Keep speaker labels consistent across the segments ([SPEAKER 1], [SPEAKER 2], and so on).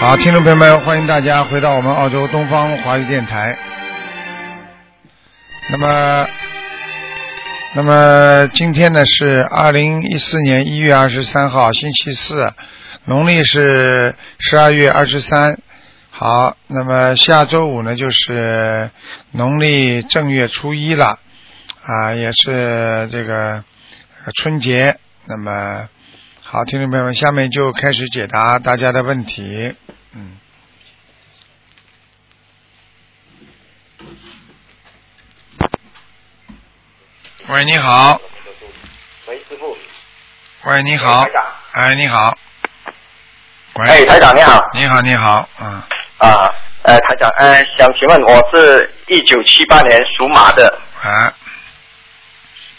[SPEAKER 1] 好，听众朋友们，欢迎大家回到我们澳洲东方华语电台。那么，那么今天呢是二零一四年一月二十三号，星期四，农历是十二月二十三。好，那么下周五呢就是农历正月初一了，啊，也是这个呃春节。那么，好，听众朋友们，下面就开始解答大家的问题。嗯。喂，你好。
[SPEAKER 2] 喂，师傅。
[SPEAKER 1] 喂，你好
[SPEAKER 2] 台长。
[SPEAKER 1] 哎，你好。喂。
[SPEAKER 2] 哎，台长你好。
[SPEAKER 1] 你好，你好，嗯，
[SPEAKER 2] 啊，呃，台长，呃，想请问我是一九七八年属马的，
[SPEAKER 1] 啊，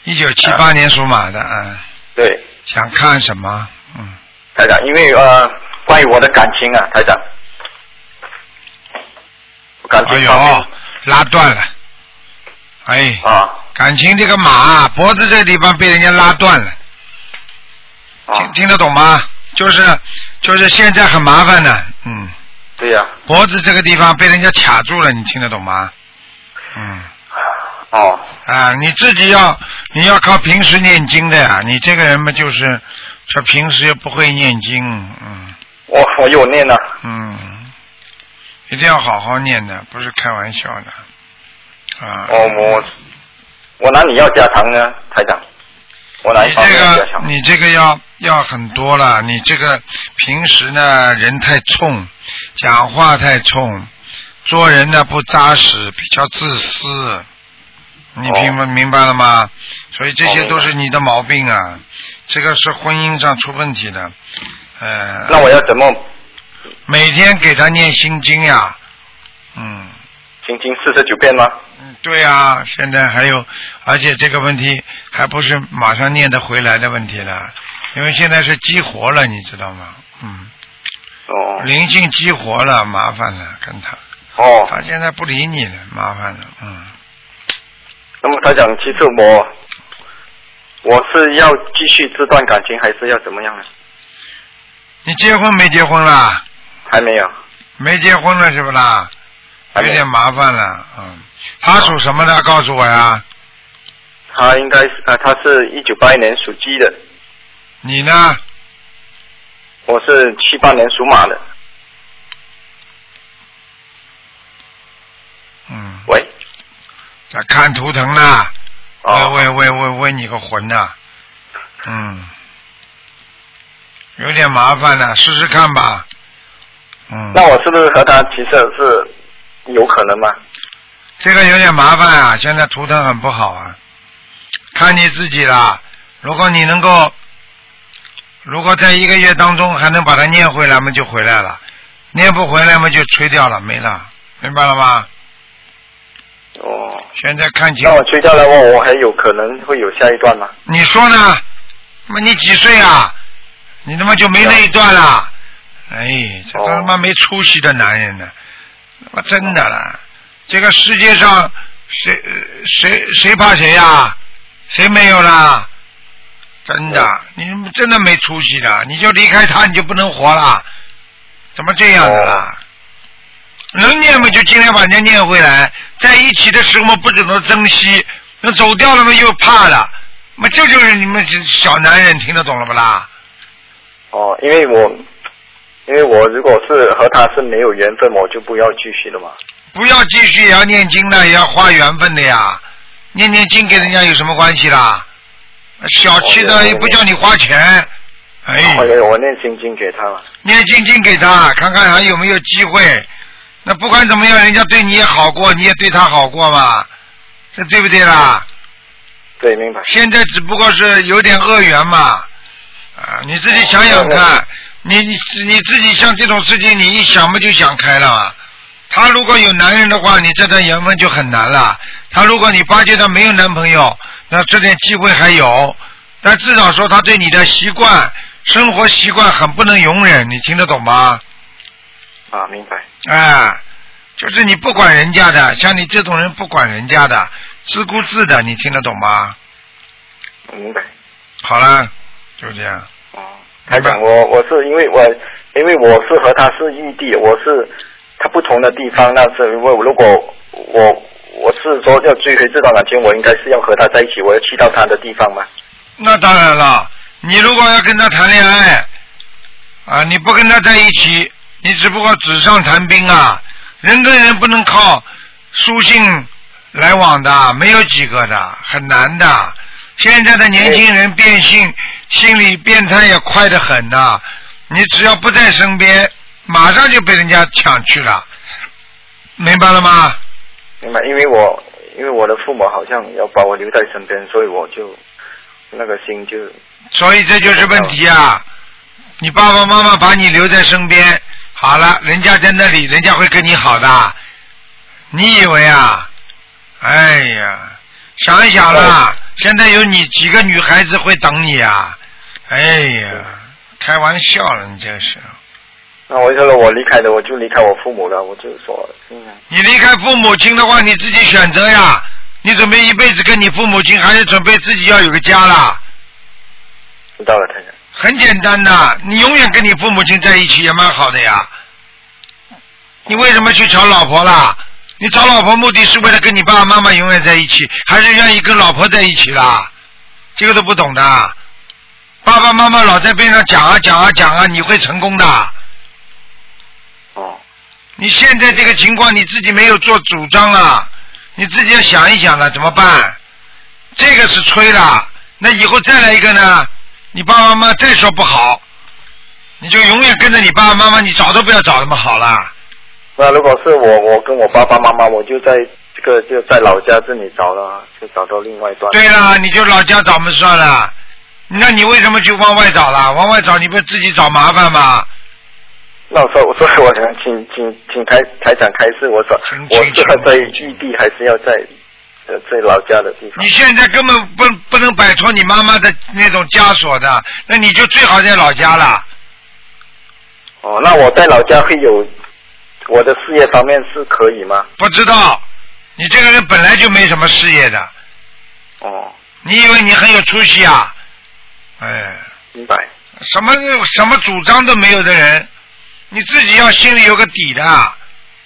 [SPEAKER 1] 一九七八年属马的，
[SPEAKER 2] 哎
[SPEAKER 1] 嗯，
[SPEAKER 2] 对，
[SPEAKER 1] 想看什么？嗯，
[SPEAKER 2] 台长，因为呃，关于我的感情啊，台长，感情
[SPEAKER 1] 哎
[SPEAKER 2] 方面
[SPEAKER 1] 呦，拉断了，哎，
[SPEAKER 2] 啊
[SPEAKER 1] 感情这个马脖子这个地方被人家拉断了，听
[SPEAKER 2] 啊，
[SPEAKER 1] 听得懂吗？就是就是现在很麻烦的，嗯，
[SPEAKER 2] 对呀、
[SPEAKER 1] 脖子这个地方被人家卡住了，你听得懂吗？嗯，
[SPEAKER 2] 哦，
[SPEAKER 1] 啊，你自己要你要靠平时念经的呀，你这个人嘛就是这平时又不会念经，嗯。
[SPEAKER 2] 我我有念啊了，
[SPEAKER 1] 嗯，一定要好好念的，不是开玩笑的。啊，
[SPEAKER 2] 我哦我我哪里要加强呢，台长？我哪
[SPEAKER 1] 你
[SPEAKER 2] 一方
[SPEAKER 1] 这
[SPEAKER 2] 面要加
[SPEAKER 1] 个
[SPEAKER 2] 强？
[SPEAKER 1] 你这个要要很多了，你这个平时呢人太冲，讲话太冲，做人呢不扎实，比较自私。你
[SPEAKER 2] 哦
[SPEAKER 1] 明白、明白了吗？所以这些
[SPEAKER 2] 哦明白
[SPEAKER 1] 都是你的毛病啊，这个是婚姻上出问题的。呃，
[SPEAKER 2] 那我要怎么
[SPEAKER 1] 每天给他念心经呀，嗯。
[SPEAKER 2] 行经四十九遍吗？
[SPEAKER 1] 嗯，对啊，现在还有，而且这个问题还不是马上念得回来的问题了，因为现在是激活了，你知道吗？嗯，
[SPEAKER 2] 哦
[SPEAKER 1] 灵性激活了，麻烦了，跟他，
[SPEAKER 2] 哦，
[SPEAKER 1] 他现在不理你了，麻烦了，嗯，
[SPEAKER 2] 那么台长，其实我我是要继续这段感情，还是要怎么样呢？
[SPEAKER 1] 你结婚没结婚啦？
[SPEAKER 2] 还没有，
[SPEAKER 1] 没结婚了是不啦？
[SPEAKER 2] 还
[SPEAKER 1] 有
[SPEAKER 2] 没
[SPEAKER 1] 点麻烦了，嗯，他属什么的？告诉我呀，
[SPEAKER 2] 他应该是啊，他是一九八一年属鸡的，
[SPEAKER 1] 你呢？
[SPEAKER 2] 我是七八年属马的。
[SPEAKER 1] 嗯，
[SPEAKER 2] 喂，
[SPEAKER 1] 在看图腾呢，
[SPEAKER 2] 哦，
[SPEAKER 1] 呃喂喂喂喂喂你个魂 呐、嗯，有点麻烦了，试试看吧。嗯，
[SPEAKER 2] 那我是不是和他其实是有可能吗？
[SPEAKER 1] 这个有点麻烦啊，现在图腾很不好啊，看你自己啦。如果你能够，如果在一个月当中还能把它念回来嘛，就回来了；念不回来嘛，就吹掉了，没了，明白了吗？
[SPEAKER 2] 哦，
[SPEAKER 1] 现在看情
[SPEAKER 2] 那，我吹掉了我，我还有可能会有下一段吗？
[SPEAKER 1] 你说呢？妈，你几岁啊？你他妈就没那一段了？哎，这他妈没出息的男人呢！他妈真的了，这个世界上谁呃谁谁怕谁呀、谁没有啦？真的，你真的没出息的，你就离开他，你就不能活了？怎么这样的
[SPEAKER 2] 哦
[SPEAKER 1] 啦？能念嘛，就尽量把人家念回来。在一起的时候嘛，不懂得珍惜；那走掉了嘛，又怕了。嘛，这就是你们这小男人听得懂了不啦？
[SPEAKER 2] 哦，因为我因为我如果是和他是没有缘分，我就不要继续了嘛。
[SPEAKER 1] 不要继续也要念经的，也要花缘分的呀。念念经跟人家有什么关系啦？小气
[SPEAKER 2] 哦
[SPEAKER 1] 的
[SPEAKER 2] 对哦
[SPEAKER 1] 又不叫你花钱，哎，
[SPEAKER 2] 我有我念心经给他了。
[SPEAKER 1] 念经经给他，看看还有没有机会。那不管怎么样，人家对你也好过，你也对他好过嘛，这对不对啦？
[SPEAKER 2] 对，明白。
[SPEAKER 1] 现在只不过是有点恶缘嘛，啊，你自己想想看，你你你自己像这种事情，你一想不就想开了嘛？他如果有男人的话，你这段缘分就很难了。他如果你发觉他没有男朋友，那这点机会还有，但至少说他对你的习惯、生活习惯很不能容忍，你听得懂吗？
[SPEAKER 2] 啊，明白。
[SPEAKER 1] 哎，就是你不管人家的，像你这种人不管人家的，自顾自的，你听得懂吗？
[SPEAKER 2] 嗯我明白。
[SPEAKER 1] 好了，就这样。
[SPEAKER 2] 哦，台长，我我是因为我因为我是和他是异地，我是他不同的地方，那是如果如果我我是说要追回这段感情，我应该是要和他在一起，我要去到他的地方吗？
[SPEAKER 1] 那当然了，你如果要跟他谈恋爱啊，你不跟他在一起，你只不过纸上谈兵啊。人跟人不能靠书信来往的，没有几个的，很难的。现在的年轻人变性，心理变态也快得很呐、你只要不在身边，马上就被人家抢去了，明白了吗？
[SPEAKER 2] 明白？因为我因为我的父母好像要把我留在身边，所以我就那个心就
[SPEAKER 1] 所以这就是问题啊！你爸爸妈妈把你留在身边，好了，人家在那里，人家会跟你好的。你以为啊？哎呀，想一想啦，现在有你几个女孩子会等你啊！哎呀，开玩笑了，你这个是。
[SPEAKER 2] 那我就说我离开了，我就离开我父母了，我就说嗯，
[SPEAKER 1] 你离开父母亲的话，你自己选择呀。你准备一辈子跟你父母亲，还是准备自己要有个家啦？
[SPEAKER 2] 知道了，台长。
[SPEAKER 1] 很简单的，你永远跟你父母亲在一起也蛮好的呀。你为什么去找老婆啦？你找老婆目的是为了跟你爸爸妈妈永远在一起，还是愿意跟老婆在一起啦？这个都不懂的。爸爸妈妈老在边上讲啊讲啊讲啊，你会成功的。
[SPEAKER 2] 哦，
[SPEAKER 1] 你现在这个情况你自己没有做主张啊，你自己要想一想了，怎么办？这个是吹了，那以后再来一个呢？你爸爸妈妈再说不好，你就永远跟着你爸爸妈妈，你找都不要找那么好了。
[SPEAKER 2] 那如果是我，我跟我爸爸妈妈，我就在这个就在老家这里找了，就找到另外一段。
[SPEAKER 1] 对啦，你就老家找嘛算了，那你为什么去往外找啦？往外找你不是自己找麻烦吗？
[SPEAKER 2] 那我说，我说我想请请请台台长开示，我说
[SPEAKER 1] 请
[SPEAKER 2] 我
[SPEAKER 1] 请
[SPEAKER 2] 是要
[SPEAKER 1] 请
[SPEAKER 2] 在异地还是要在呃在老家的地方？
[SPEAKER 1] 你现在根本不不能摆脱你妈妈的那种枷锁的，那你就最好在老家了。
[SPEAKER 2] 哦，那我在老家会有我的事业方面是可以吗？
[SPEAKER 1] 不知道，你这个人本来就没什么事业的，
[SPEAKER 2] 哦，
[SPEAKER 1] 你以为你很有出息啊？哎，
[SPEAKER 2] 明白。
[SPEAKER 1] 什么什么主张都没有的人，你自己要心里有个底的，啊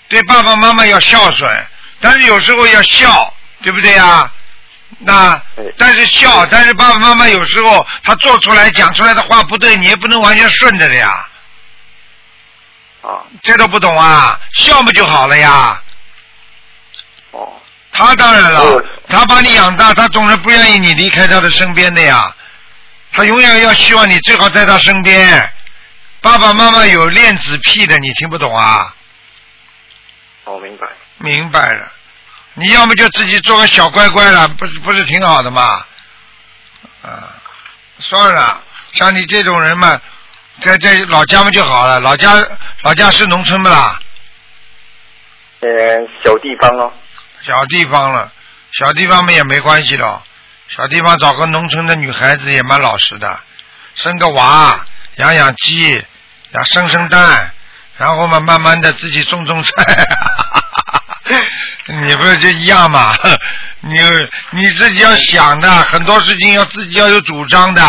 [SPEAKER 1] 对爸爸妈妈要孝顺，但是有时候要笑，对不对啊？那
[SPEAKER 2] 对
[SPEAKER 1] 但是笑，但是爸爸妈妈有时候他做出来讲出来的话不对，你也不能完全顺着的呀，
[SPEAKER 2] 啊，
[SPEAKER 1] 这都不懂啊？笑不就好了呀？
[SPEAKER 2] 哦，
[SPEAKER 1] 他当然了
[SPEAKER 2] 嗯，
[SPEAKER 1] 他把你养大，他总是不愿意你离开他的身边的呀。他永远要希望你最好在他身边。爸爸妈妈有恋子癖的，你听不懂啊？
[SPEAKER 2] 我、哦明白。
[SPEAKER 1] 明白了，你要么就自己做个小乖乖了，不是不是挺好的吗？啊，算了，像你这种人嘛，在在老家嘛就好了。老家老家是农村不啦？
[SPEAKER 2] 呃，小地方咯。
[SPEAKER 1] 小地方了，小地方嘛也没关系的，小地方找个农村的女孩子也蛮老实的，生个娃，养养鸡，然后生生蛋，然后嘛慢慢的自己种种菜， 你不是就一样嘛？ 你你自己要想的，很多事情要自己要有主张的，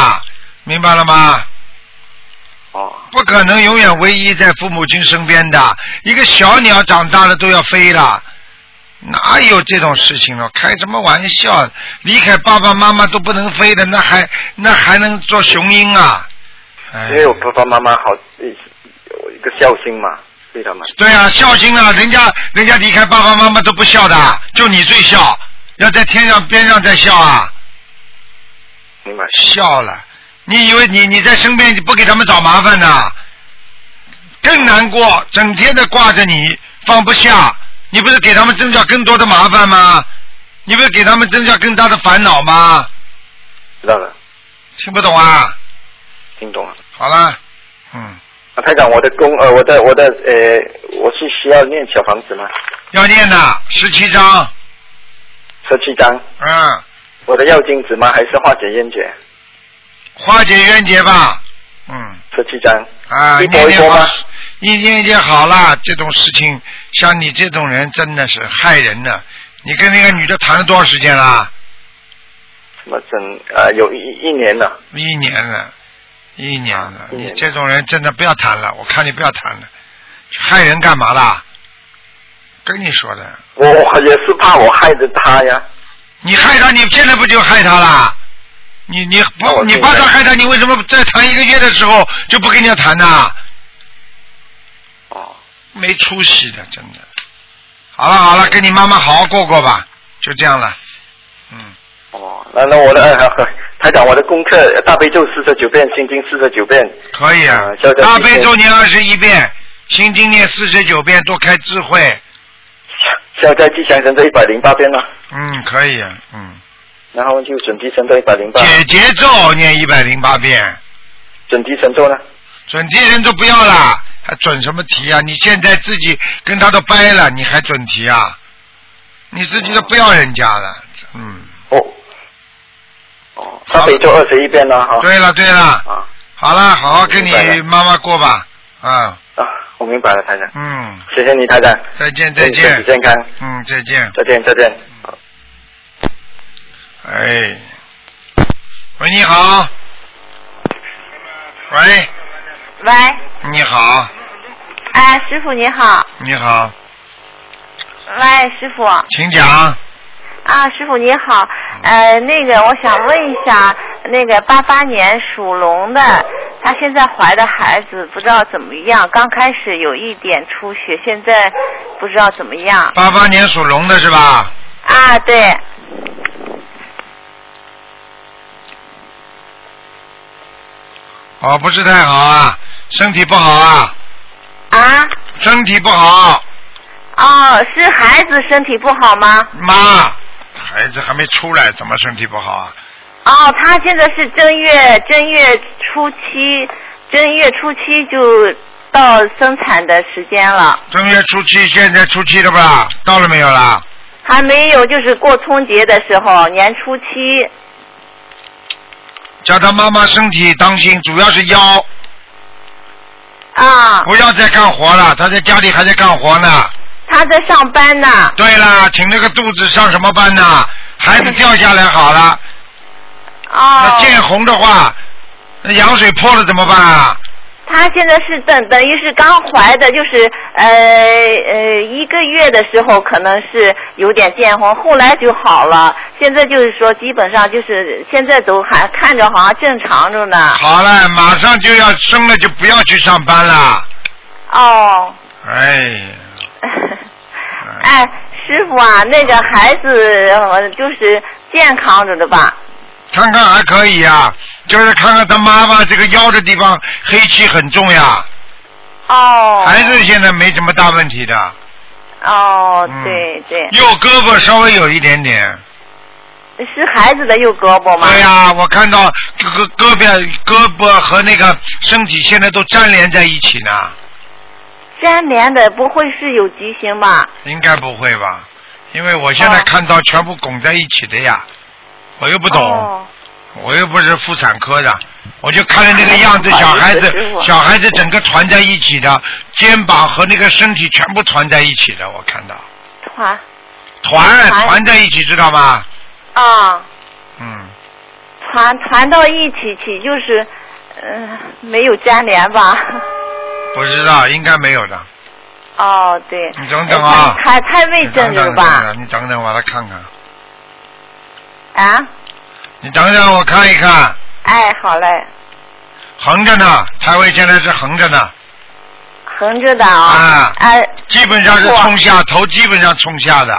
[SPEAKER 1] 明白了吗？
[SPEAKER 2] 哦，
[SPEAKER 1] 不可能永远偎依在父母亲身边的。一个小鸟长大了都要飞了，哪有这种事情呢？开什么玩笑？离开爸爸妈妈都不能飞的，那还那还能做雄鹰啊？哎
[SPEAKER 2] 因为我爸爸妈妈好呃有一个孝心嘛，对的嘛。
[SPEAKER 1] 对啊，孝心啊，人家人家离开爸爸妈妈都不孝的，就你最孝，要在天上边上再孝啊，
[SPEAKER 2] 明白。
[SPEAKER 1] 孝了。你以为你你在身边你不给他们找麻烦呐、更难过，整天的挂着你放不下，你不是给他们增加更多的麻烦吗？你不是给他们增加更大的烦恼吗？
[SPEAKER 2] 知道了，
[SPEAKER 1] 听不懂啊？
[SPEAKER 2] 听懂了。
[SPEAKER 1] 好了，嗯，
[SPEAKER 2] 啊，台长，我的工呃，我的我的呃，我是需要念小房子吗？
[SPEAKER 1] 要念的十七章，
[SPEAKER 2] 十七张，
[SPEAKER 1] 嗯，
[SPEAKER 2] 我的药精子吗？还是化解冤结？
[SPEAKER 1] 化解冤结吧，嗯。
[SPEAKER 2] 十七张。
[SPEAKER 1] 啊，
[SPEAKER 2] 一
[SPEAKER 1] 念
[SPEAKER 2] 波一
[SPEAKER 1] 念
[SPEAKER 2] 波
[SPEAKER 1] 好
[SPEAKER 2] 吗？，
[SPEAKER 1] 一念念好啦，这种事情，像你这种人真的是害人的。你跟那个女的谈了多少时间啦？
[SPEAKER 2] 什么整呃有一一一年了，
[SPEAKER 1] 一年了，一年了，
[SPEAKER 2] 一年
[SPEAKER 1] 你
[SPEAKER 2] 了
[SPEAKER 1] 这种人真的不要谈了，我看你不要谈了，去害人干嘛啦？跟你说的，
[SPEAKER 2] 我我也是怕我害着他呀。
[SPEAKER 1] 你害他，你现在不就害他啦？你你
[SPEAKER 2] 那
[SPEAKER 1] 不
[SPEAKER 2] 我
[SPEAKER 1] 你
[SPEAKER 2] 明
[SPEAKER 1] 怕他
[SPEAKER 2] 白
[SPEAKER 1] 害他，你为什么在谈一个月的时候就不跟人家谈呢？
[SPEAKER 2] 哦，
[SPEAKER 1] 没出息的，真的。好了好了，跟你妈妈好好过过吧，就这样了。嗯，
[SPEAKER 2] 哦，那那我的呃，台长，我的功课大悲咒四十九遍，心经四十九遍。
[SPEAKER 1] 可以啊
[SPEAKER 2] 啊消。灾
[SPEAKER 1] 大
[SPEAKER 2] 吉
[SPEAKER 1] 悲
[SPEAKER 2] 祥
[SPEAKER 1] 咒念二十一遍，心经念四十九遍，多开智慧。
[SPEAKER 2] 消灾吉祥神咒一百零八遍啦，
[SPEAKER 1] 嗯，可以啊。嗯，
[SPEAKER 2] 然后就准提神咒一百零八，
[SPEAKER 1] 解结咒念一百零八遍，
[SPEAKER 2] 准提神咒呢？
[SPEAKER 1] 准提人都不要啦，还准什么提啊？你现在自己跟他都掰了，你还准提啊？你自己都不要人家了。嗯，
[SPEAKER 2] 哦，哦，大悲咒二十一遍啦，哈、
[SPEAKER 1] 对了对了，
[SPEAKER 2] 啊
[SPEAKER 1] 好了，好好跟你
[SPEAKER 2] 明白了
[SPEAKER 1] 妈妈过吧。啊，
[SPEAKER 2] 啊，我明白了，台长，
[SPEAKER 1] 嗯，
[SPEAKER 2] 谢谢你，台长，
[SPEAKER 1] 再见再
[SPEAKER 2] 祝你身
[SPEAKER 1] 见
[SPEAKER 2] 体。健康，
[SPEAKER 1] 嗯，再见。
[SPEAKER 2] 再见，再见。好
[SPEAKER 1] 哎，喂，你好。喂，
[SPEAKER 3] 喂，
[SPEAKER 1] 你好，
[SPEAKER 3] 哎，师傅你好，
[SPEAKER 1] 你好，
[SPEAKER 3] 喂，师傅
[SPEAKER 1] 请讲。
[SPEAKER 3] 啊，师傅你好，呃，那个我想问一下，那个八八年属龙的，她现在怀的孩子不知道怎么样，刚开始有一点出血，现在不知道怎么样
[SPEAKER 1] 八八年属龙的是吧？
[SPEAKER 3] 啊？对，
[SPEAKER 1] 哦，不是太好啊，身体不好啊，
[SPEAKER 3] 啊，
[SPEAKER 1] 身体不好，
[SPEAKER 3] 哦，是孩子身体不好吗？
[SPEAKER 1] 妈，孩子还没出来，怎么身体不好啊？
[SPEAKER 3] 哦，他现在是正月正月初七，正月初七就到生产的时间了。
[SPEAKER 1] 正月初七，现在初七了吧？到了没有啦？
[SPEAKER 3] 还没有，就是过春节的时候，年初七
[SPEAKER 1] 叫他妈妈身体当心，主要是腰，
[SPEAKER 3] 啊，
[SPEAKER 1] 不要再干活了，他在家里还在干活呢。
[SPEAKER 3] 他在上班呢。
[SPEAKER 1] 对啦，请这个肚子上什么班呢？孩子掉下来好了，那
[SPEAKER 3] 哦，
[SPEAKER 1] 见红的话，那羊水破了怎么办啊？
[SPEAKER 3] 他现在是等等于是刚怀的，就是呃呃一个月的时候可能是有点见红，后来就好了。现在就是说，基本上就是现在都还看着好像正常着呢。
[SPEAKER 1] 好了，马上就要生了，就不要去上班了。
[SPEAKER 3] 哦。
[SPEAKER 1] 哎呀，
[SPEAKER 3] 哎，师傅啊，那个孩子呃就是健康着的吧？
[SPEAKER 1] 看看还可以呀、就是看看他妈妈这个腰的地方黑气很重呀。
[SPEAKER 3] 哦。
[SPEAKER 1] 孩子现在没什么大问题的，
[SPEAKER 3] 哦
[SPEAKER 1] 嗯，
[SPEAKER 3] 对对，
[SPEAKER 1] 右胳膊稍微有一点点。
[SPEAKER 3] 是孩子的右胳膊吗？
[SPEAKER 1] 对呀、我看到这个胳膊、胳膊和那个身体现在都粘连在一起呢。
[SPEAKER 3] 粘连的，不会是有畸形吧？
[SPEAKER 1] 应该不会吧？因为我现在
[SPEAKER 3] 哦
[SPEAKER 1] 看到全部拱在一起的呀，我又不懂，
[SPEAKER 3] 哦
[SPEAKER 1] 我又不是妇产科的，我就看着那个样 子，
[SPEAKER 3] 不好
[SPEAKER 1] 小
[SPEAKER 3] 意思
[SPEAKER 1] 孩子
[SPEAKER 3] 师傅
[SPEAKER 1] 小孩子整个团在一起的，肩膀和那个身体全部团在一起的，我看到
[SPEAKER 3] 团
[SPEAKER 1] 团
[SPEAKER 3] 团
[SPEAKER 1] 团在一起，知道吗？
[SPEAKER 3] 啊，
[SPEAKER 1] 嗯，
[SPEAKER 3] 团团到一起起就是，嗯、没有粘连吧？
[SPEAKER 1] 不知道，应该没有的。
[SPEAKER 3] 哦，对。
[SPEAKER 1] 你等等啊
[SPEAKER 3] 哎太太太
[SPEAKER 1] 你
[SPEAKER 3] 未
[SPEAKER 1] 等
[SPEAKER 3] 正
[SPEAKER 1] 等
[SPEAKER 3] 了吧？
[SPEAKER 1] 你等等，我来看看。
[SPEAKER 3] 啊，
[SPEAKER 1] 你等等，我看一看，
[SPEAKER 3] 哎，好嘞，
[SPEAKER 1] 横着呢，胎位现在是横着呢，
[SPEAKER 3] 横着的啊
[SPEAKER 1] 啊。
[SPEAKER 3] 哎、
[SPEAKER 1] 基本上是
[SPEAKER 3] 哇
[SPEAKER 1] 冲下，头基本上冲下的。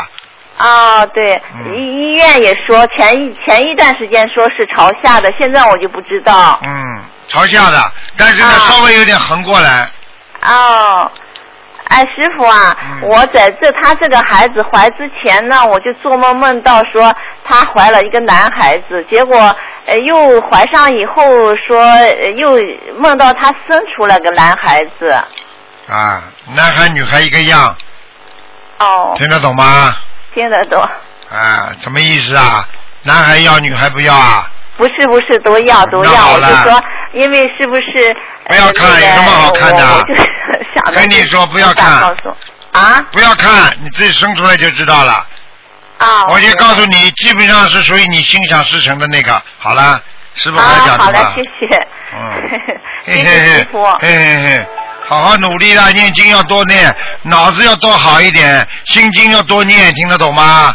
[SPEAKER 3] 哦，对，
[SPEAKER 1] 嗯
[SPEAKER 3] 医医院也说前一前一段时间说是朝下的，现在我就不知道。
[SPEAKER 1] 嗯，朝下的，但是呢，
[SPEAKER 3] 啊
[SPEAKER 1] 稍微有点横过来。
[SPEAKER 3] 哦，哎，师傅啊，
[SPEAKER 1] 嗯
[SPEAKER 3] 我在这他这个孩子怀之前呢，我就做梦梦到说他怀了一个男孩子，结果呃又怀上以后说、呃又梦到他生出来个男孩子。
[SPEAKER 1] 啊，男孩女孩一个样，
[SPEAKER 3] 哦，
[SPEAKER 1] 听得懂吗？
[SPEAKER 3] 听得懂？
[SPEAKER 1] 啊，什么意思啊？男孩要，女孩不要啊？
[SPEAKER 3] 不是不是，都要都
[SPEAKER 1] 那
[SPEAKER 3] 要，
[SPEAKER 1] 好
[SPEAKER 3] 我就
[SPEAKER 1] 了
[SPEAKER 3] 说，因为是不是？
[SPEAKER 1] 不要看
[SPEAKER 3] 呃那个
[SPEAKER 1] 有什么好看的
[SPEAKER 3] 我我就是想着
[SPEAKER 1] 跟你说不要
[SPEAKER 3] 不敢
[SPEAKER 1] 看
[SPEAKER 3] 告诉啊
[SPEAKER 1] 不要看，你自己生出来就知道了。
[SPEAKER 3] 啊！
[SPEAKER 1] 我就
[SPEAKER 3] 知道
[SPEAKER 1] 告诉你，基本上是属于你心想事成的那个。好了，师傅
[SPEAKER 3] 啊
[SPEAKER 1] 还讲，什
[SPEAKER 3] 好
[SPEAKER 1] 么？
[SPEAKER 3] 了，谢谢。
[SPEAKER 1] 嗯，
[SPEAKER 3] 谢
[SPEAKER 1] 嘿
[SPEAKER 3] 谢
[SPEAKER 1] 嘿
[SPEAKER 3] 师傅
[SPEAKER 1] 嘿，。嘿嘿嘿，好好努力啦，念经要多念，脑子要多好一点，心经要多念，听得懂吗？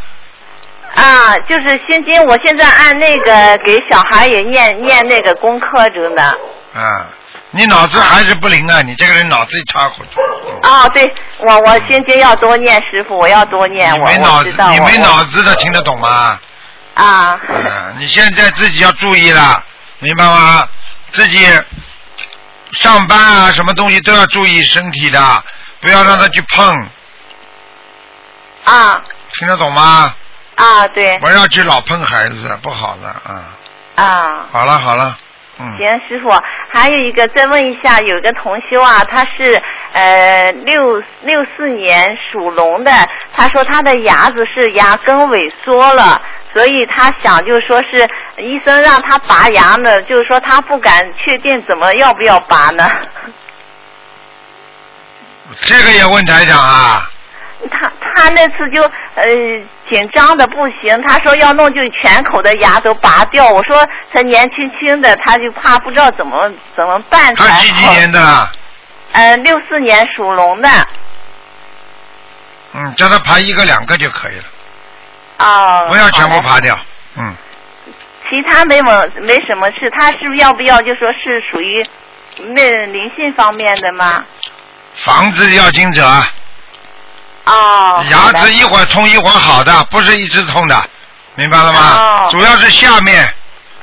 [SPEAKER 3] 啊，就是心经，我现在按那个给小孩也念念那个功课着呢。
[SPEAKER 1] 啊，你脑子还是不灵啊，你这个人脑子一塌糊涂。
[SPEAKER 3] 哦，对，我我心经要多念，师傅，我要多念，
[SPEAKER 1] 你
[SPEAKER 3] 我
[SPEAKER 1] 没
[SPEAKER 3] 我
[SPEAKER 1] 脑
[SPEAKER 3] 知
[SPEAKER 1] 子
[SPEAKER 3] 道，，
[SPEAKER 1] 你
[SPEAKER 3] 我
[SPEAKER 1] 没
[SPEAKER 3] 我
[SPEAKER 1] 脑子的，听得懂吗？
[SPEAKER 3] 啊。
[SPEAKER 1] 啊，你现在自己要注意了，明白吗？自己上班啊，什么东西都要注意身体的，不要让他去碰，
[SPEAKER 3] 啊
[SPEAKER 1] 听得懂吗？
[SPEAKER 3] 啊，对
[SPEAKER 1] 不要去老碰孩子，不好的啊。
[SPEAKER 3] 啊。
[SPEAKER 1] 好了好了，嗯，
[SPEAKER 3] 行，师傅，还有一个再问一下，有一个同修啊，他是呃六六四年属龙的，他说他的牙子是牙根萎缩了，所以他想就是说是医生让他拔牙呢，就是说他不敢确定怎么要不要拔呢。
[SPEAKER 1] 这个也问台长啊。
[SPEAKER 3] 他他那次就呃紧张的不行，他说要弄就全口的牙都拔掉，我说他年轻轻的，他就怕不知道怎么怎么办才
[SPEAKER 1] 他
[SPEAKER 3] 好。
[SPEAKER 1] 几几年的啦？
[SPEAKER 3] 呃，六四年属龙的。
[SPEAKER 1] 嗯，叫他爬一个两个就可以了，
[SPEAKER 3] 哦。
[SPEAKER 1] 不要全部
[SPEAKER 3] 好嘞。
[SPEAKER 1] 爬掉。嗯，
[SPEAKER 3] 其他没么没什么事，他是不是要不要就说是属于那灵性方面的吗？
[SPEAKER 1] 房子要啊经者，
[SPEAKER 3] 哦。
[SPEAKER 1] 牙
[SPEAKER 3] 好的
[SPEAKER 1] 齿一会儿痛一会儿好的，不是一直痛的，明白了吗？
[SPEAKER 3] 哦
[SPEAKER 1] 主要是下面，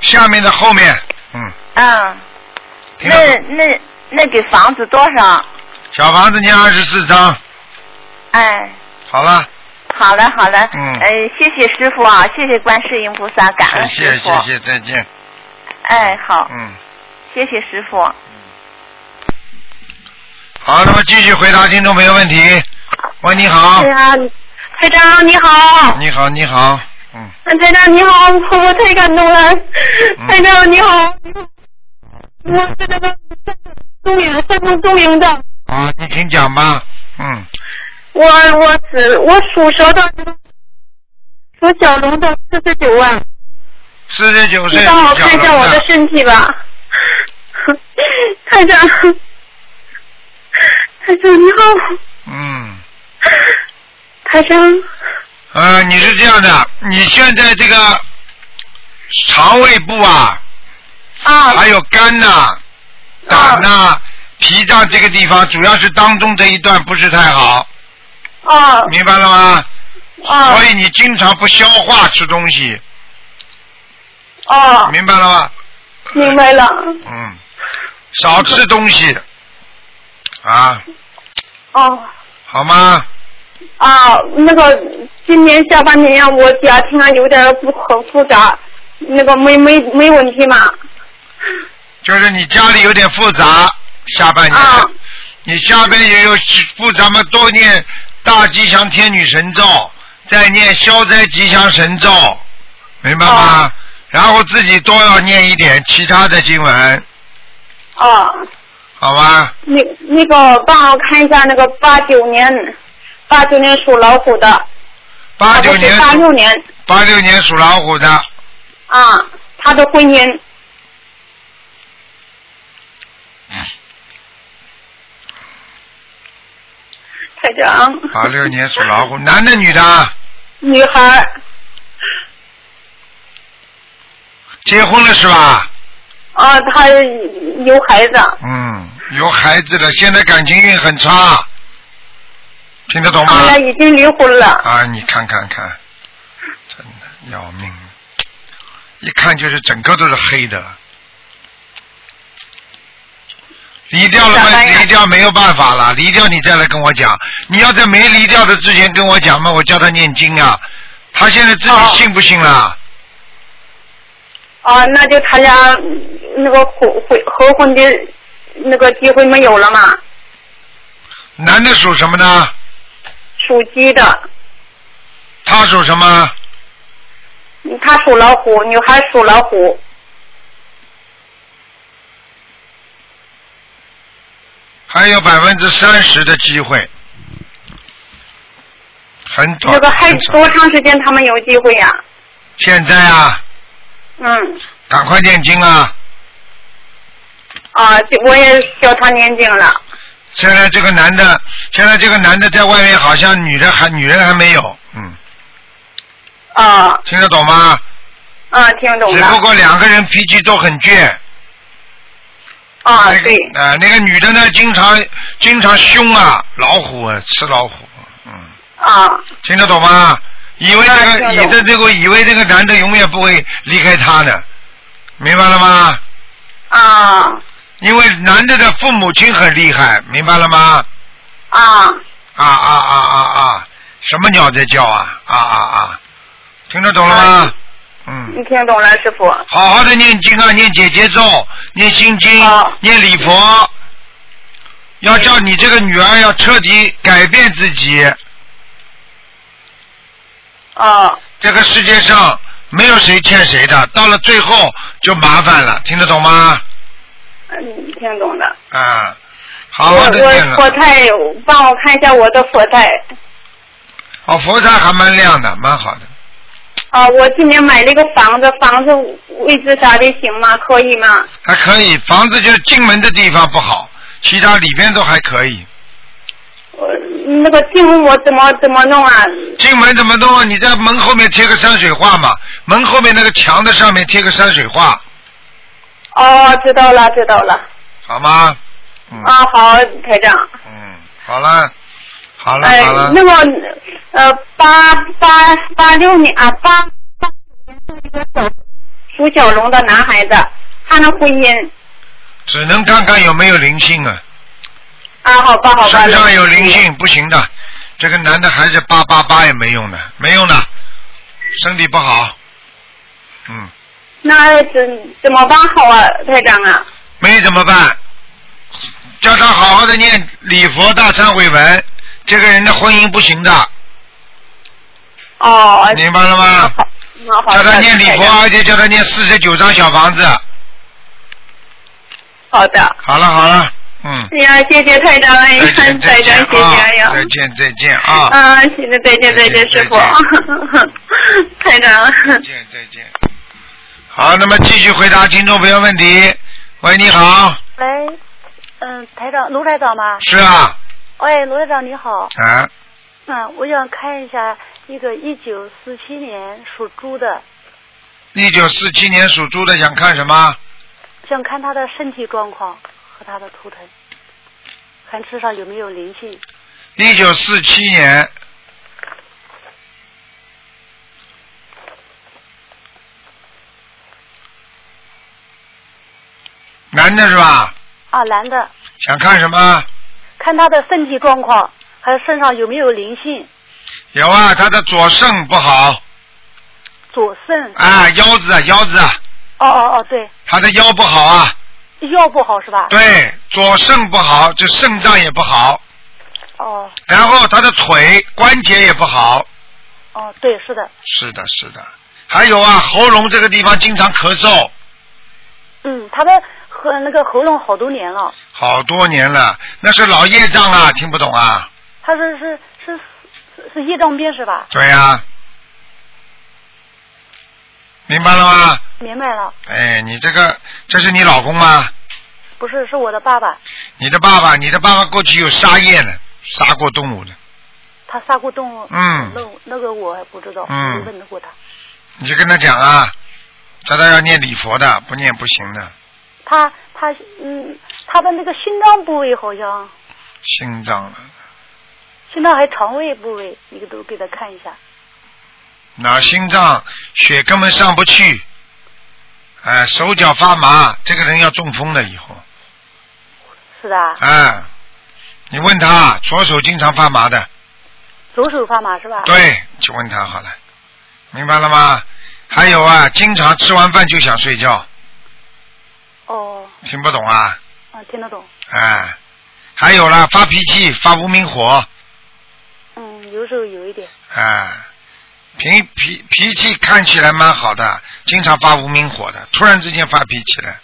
[SPEAKER 1] 下面的后面，嗯，
[SPEAKER 3] 嗯，
[SPEAKER 1] 听到
[SPEAKER 3] 那那那给房子多少？
[SPEAKER 1] 小房子念二十四章，
[SPEAKER 3] 哎。
[SPEAKER 1] 好了，
[SPEAKER 3] 好了好了，
[SPEAKER 1] 嗯
[SPEAKER 3] 呃，谢谢师傅啊，谢谢观世音菩萨，感恩
[SPEAKER 1] 谢
[SPEAKER 3] 师
[SPEAKER 1] 谢
[SPEAKER 3] 傅，
[SPEAKER 1] 谢谢，再见，
[SPEAKER 3] 哎，好，
[SPEAKER 1] 嗯，
[SPEAKER 3] 谢谢师傅。
[SPEAKER 1] 好，那么继续回答听众朋友问题。喂，你好
[SPEAKER 4] 哎，呀，台长你好，
[SPEAKER 1] 你好，你好，嗯，
[SPEAKER 4] 台长你好，我我太感动了，台长哎你好，我是那个中营，山东中营的，
[SPEAKER 1] 啊，你请讲吧，嗯，
[SPEAKER 4] 我我是我属蛇的，属小龙的四十九万，
[SPEAKER 1] 四十九
[SPEAKER 4] 你
[SPEAKER 1] 岁，
[SPEAKER 4] 帮我
[SPEAKER 1] 讲
[SPEAKER 4] 看一下
[SPEAKER 1] 了
[SPEAKER 4] 我的身体吧， 台长，台长你好，
[SPEAKER 1] 嗯。
[SPEAKER 4] 台长，
[SPEAKER 1] 呃，你是这样的，你现在这个肠胃部啊，
[SPEAKER 4] 啊
[SPEAKER 1] 还有肝呐、胆呐、脾脏这个地方，主要是当中这一段不是太好，
[SPEAKER 4] 啊
[SPEAKER 1] 明白了吗？
[SPEAKER 4] 啊
[SPEAKER 1] 所以你经常不消化吃东西，
[SPEAKER 4] 啊，
[SPEAKER 1] 明白了吗？
[SPEAKER 4] 明白了，
[SPEAKER 1] 嗯，少吃东西啊，
[SPEAKER 4] 哦。
[SPEAKER 1] 好吗？
[SPEAKER 4] 啊，那个今年下半年呀，我家庭啊有点不很复杂，那个没没没问题嘛？
[SPEAKER 1] 就是你家里有点复杂，下半年，
[SPEAKER 4] 啊
[SPEAKER 1] 你下边也有复杂嘛，多念大吉祥天女神咒，再念消灾吉祥神咒，明白吗？
[SPEAKER 4] 哦
[SPEAKER 1] 然后自己多要念一点其他的经文，
[SPEAKER 4] 啊，
[SPEAKER 1] 好吧？
[SPEAKER 4] 那那个帮我看一下那个八九年，八九年属老虎的，
[SPEAKER 1] 八九年
[SPEAKER 4] 啊八六
[SPEAKER 1] 属
[SPEAKER 4] 年
[SPEAKER 1] 八六年属老虎的，
[SPEAKER 4] 啊，他的婚姻
[SPEAKER 1] 嗯
[SPEAKER 4] 台长，
[SPEAKER 1] 八六年属老虎，男的女的？
[SPEAKER 4] 女孩儿
[SPEAKER 1] 结婚了是吧？
[SPEAKER 4] 啊，她有孩子，
[SPEAKER 1] 嗯，有孩子了，现在感情运很差，听得懂吗？
[SPEAKER 4] 他们俩啊已经离婚了。
[SPEAKER 1] 啊，你看看看，真的要命，一看就是整个都是黑的了。离掉了
[SPEAKER 4] 咋
[SPEAKER 1] 吗？
[SPEAKER 4] 办呀
[SPEAKER 1] 离掉没有办法了，离掉你再来跟我讲。你要在没离掉的之前跟我讲嘛，我叫他念经啊。他现在自己
[SPEAKER 4] 哦
[SPEAKER 1] 信不信啦？
[SPEAKER 4] 啊，那就他俩嗯那个婚婚合婚的那个机会没有了嘛？
[SPEAKER 1] 男的属什么呢？
[SPEAKER 4] 属鸡的，
[SPEAKER 1] 他属什么？
[SPEAKER 4] 他属老虎，女孩属老虎。
[SPEAKER 1] 还有百分之三十的机会，很短。
[SPEAKER 4] 那个还
[SPEAKER 1] 很少
[SPEAKER 4] 多长时间他们有机会呀、
[SPEAKER 1] 现在啊，
[SPEAKER 4] 嗯，
[SPEAKER 1] 赶快念经啊！
[SPEAKER 4] 啊，就我也教他念经了。
[SPEAKER 1] 现在这个男的，现在这个男的在外面好像女的还女人还没有，嗯，
[SPEAKER 4] 啊
[SPEAKER 1] 听得懂吗？
[SPEAKER 4] 啊，听懂
[SPEAKER 1] 只
[SPEAKER 4] 了。
[SPEAKER 1] 不过两个人脾气都很倔。
[SPEAKER 4] 啊
[SPEAKER 1] 那，个
[SPEAKER 4] 对，
[SPEAKER 1] 啊、那个女的呢，经常经常凶啊，老虎啊，吃老虎，嗯，
[SPEAKER 4] 啊
[SPEAKER 1] 听得懂吗？以为这个，
[SPEAKER 4] 啊听
[SPEAKER 1] 以
[SPEAKER 4] 得懂
[SPEAKER 1] 的这个，以为这个男的永远不会离开她呢，明白了吗？
[SPEAKER 4] 啊
[SPEAKER 1] 因为男的的父母亲很厉害，明白了吗？
[SPEAKER 4] 啊
[SPEAKER 1] 啊啊啊啊啊！什么鸟在叫啊？啊啊啊！听得懂了吗
[SPEAKER 4] 啊？
[SPEAKER 1] 嗯，
[SPEAKER 4] 你听懂了，师傅。
[SPEAKER 1] 好好的念经啊，念姐姐咒，念心经
[SPEAKER 4] 好，
[SPEAKER 1] 念礼佛。要叫你这个女儿要彻底改变自己。
[SPEAKER 4] 哦
[SPEAKER 1] 这个世界上没有谁欠谁的，到了最后就麻烦了，听得懂吗？
[SPEAKER 4] 嗯，听懂了。
[SPEAKER 1] 啊，好
[SPEAKER 4] 我
[SPEAKER 1] 好的念
[SPEAKER 4] 我
[SPEAKER 1] 了。
[SPEAKER 4] 佛台，帮我看一下我的佛台。
[SPEAKER 1] 哦，佛台还蛮亮的，蛮好的。
[SPEAKER 4] 啊，我今年买了一个房子，房子位置啥的行吗？可以吗？
[SPEAKER 1] 还可以，房子就进门的地方不好，其他里边都还可以。
[SPEAKER 4] 我那个进屋我怎么怎么弄啊？
[SPEAKER 1] 进门怎么弄啊？你在门后面贴个山水画嘛，门后面那个墙的上面贴个山水画，
[SPEAKER 4] 哦，知道了，知道了。
[SPEAKER 1] 好吗？嗯
[SPEAKER 4] 啊，好，台长。
[SPEAKER 1] 嗯，好了，好了
[SPEAKER 4] 哎
[SPEAKER 1] 好，了
[SPEAKER 4] 那，么呃，八八八六年啊，八八九年的一个小属小龙的男孩子，他的婚姻
[SPEAKER 1] 只能看看有没有灵性啊，
[SPEAKER 4] 啊，好吧，好吧。
[SPEAKER 1] 身上有灵
[SPEAKER 4] 谢谢。
[SPEAKER 1] 性不行的，这个男的还是八八八也没用的，没用的，身体不好，嗯，
[SPEAKER 4] 那怎怎么办好啊，台长啊？
[SPEAKER 1] 没怎么办？叫他好好的念礼佛大忏悔文，这个人的婚姻不行的，
[SPEAKER 4] 哦，
[SPEAKER 1] 明白了吗？
[SPEAKER 4] 好，那好
[SPEAKER 1] 叫
[SPEAKER 4] 的。
[SPEAKER 1] 他念礼
[SPEAKER 4] 台
[SPEAKER 1] 佛，
[SPEAKER 4] 长
[SPEAKER 1] 而且叫他念四十九张小房子。
[SPEAKER 4] 好的。
[SPEAKER 1] 好了好了，嗯，
[SPEAKER 4] 哎呀，谢谢台长，哎呀，
[SPEAKER 1] 再见再
[SPEAKER 4] 台长
[SPEAKER 1] 见，
[SPEAKER 4] 谢谢，哎
[SPEAKER 1] 啊，
[SPEAKER 4] 呀
[SPEAKER 1] 再。见再见啊，
[SPEAKER 4] 啊，谢谢，再见，再见，师傅
[SPEAKER 1] 再见，
[SPEAKER 4] 台长。
[SPEAKER 1] 再见再见。好，那么继续回答听众朋友问题。喂，你好，
[SPEAKER 5] 喂，嗯、台长，卢台长吗？
[SPEAKER 1] 是啊，
[SPEAKER 5] 喂，卢台长你好，
[SPEAKER 1] 啊，
[SPEAKER 5] 嗯，我想看一下一个一九四七年属猪的，
[SPEAKER 1] 一九四七年属猪的想看什么？
[SPEAKER 5] 想看他的身体状况和他的图腾，看身上有没有灵性。
[SPEAKER 1] 一九四七年，男的是吧？
[SPEAKER 5] 啊，男的，
[SPEAKER 1] 想看什么？
[SPEAKER 5] 看他的身体状况，还有身上有没有灵性，
[SPEAKER 1] 有啊，他的左肾不好
[SPEAKER 5] 左肾。
[SPEAKER 1] 啊，腰子啊腰子啊，
[SPEAKER 5] 哦哦哦，对，
[SPEAKER 1] 他的腰不好啊，
[SPEAKER 5] 腰不好是吧？
[SPEAKER 1] 对，左肾不好，就肾脏也不好，
[SPEAKER 5] 哦
[SPEAKER 1] 然后他的腿关节也不好。
[SPEAKER 5] 哦，对，是的，
[SPEAKER 1] 是的，是的。还有啊，喉咙这个地方经常咳嗽，
[SPEAKER 5] 嗯，他的和那个喉咙好多年了。
[SPEAKER 1] 好多年了，那是老业障啊，听不懂啊？
[SPEAKER 5] 他是是是是是业障病是吧？
[SPEAKER 1] 对呀、明白了吗？
[SPEAKER 5] 明白了，
[SPEAKER 1] 哎，你这个这是你老公吗？
[SPEAKER 5] 不是是我的爸爸，
[SPEAKER 1] 你的爸爸，你的爸爸过去有杀业呢，杀过动物的。
[SPEAKER 5] 他杀过动物。
[SPEAKER 1] 嗯
[SPEAKER 5] 那那个我还不知道，
[SPEAKER 1] 嗯
[SPEAKER 5] 没问过他。
[SPEAKER 1] 你就跟他讲啊，叫他要念礼佛的，不念不行的。
[SPEAKER 5] 他他嗯，他的那个心脏部位好像，
[SPEAKER 1] 心脏了，
[SPEAKER 5] 心脏还肠胃部位，你给都给他看一下。
[SPEAKER 1] 脑心脏血根本上不去，哎、手脚发麻，这个人要中风的以后，
[SPEAKER 5] 是的啊，
[SPEAKER 1] 哎、你问他左手经常发麻的，
[SPEAKER 5] 左手发麻是吧？
[SPEAKER 1] 对，就问他好了，明白了吗？还有啊，经常吃完饭就想睡觉，
[SPEAKER 5] 哦，
[SPEAKER 1] 听不懂啊，
[SPEAKER 5] 啊，听得懂。
[SPEAKER 1] 哎、还有啦，发脾气，发无名火，
[SPEAKER 5] 嗯，有时候有一点。
[SPEAKER 1] 哎、脾脾脾气看起来蛮好的，经常发无名火的，突然之间发脾气了，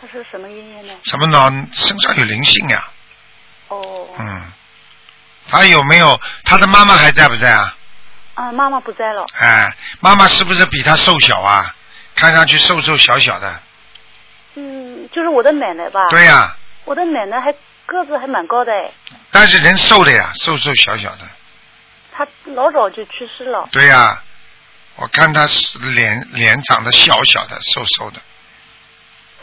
[SPEAKER 5] 他是什么原因呢？
[SPEAKER 1] 什么脑身上有灵性呀、
[SPEAKER 5] 哦，
[SPEAKER 1] 嗯，他有没有他的妈妈还在不在啊？
[SPEAKER 5] 啊，妈妈不在了。
[SPEAKER 1] 哎，妈妈是不是比他瘦小啊？看上去瘦瘦小小的，
[SPEAKER 5] 嗯，就是我的奶奶吧。
[SPEAKER 1] 对呀、
[SPEAKER 5] 我的奶奶还个子还蛮高的哎，
[SPEAKER 1] 但是人瘦的呀，瘦瘦小小的，
[SPEAKER 5] 她老早就去世了。
[SPEAKER 1] 对呀、我看他脸脸长得小小的，瘦瘦的，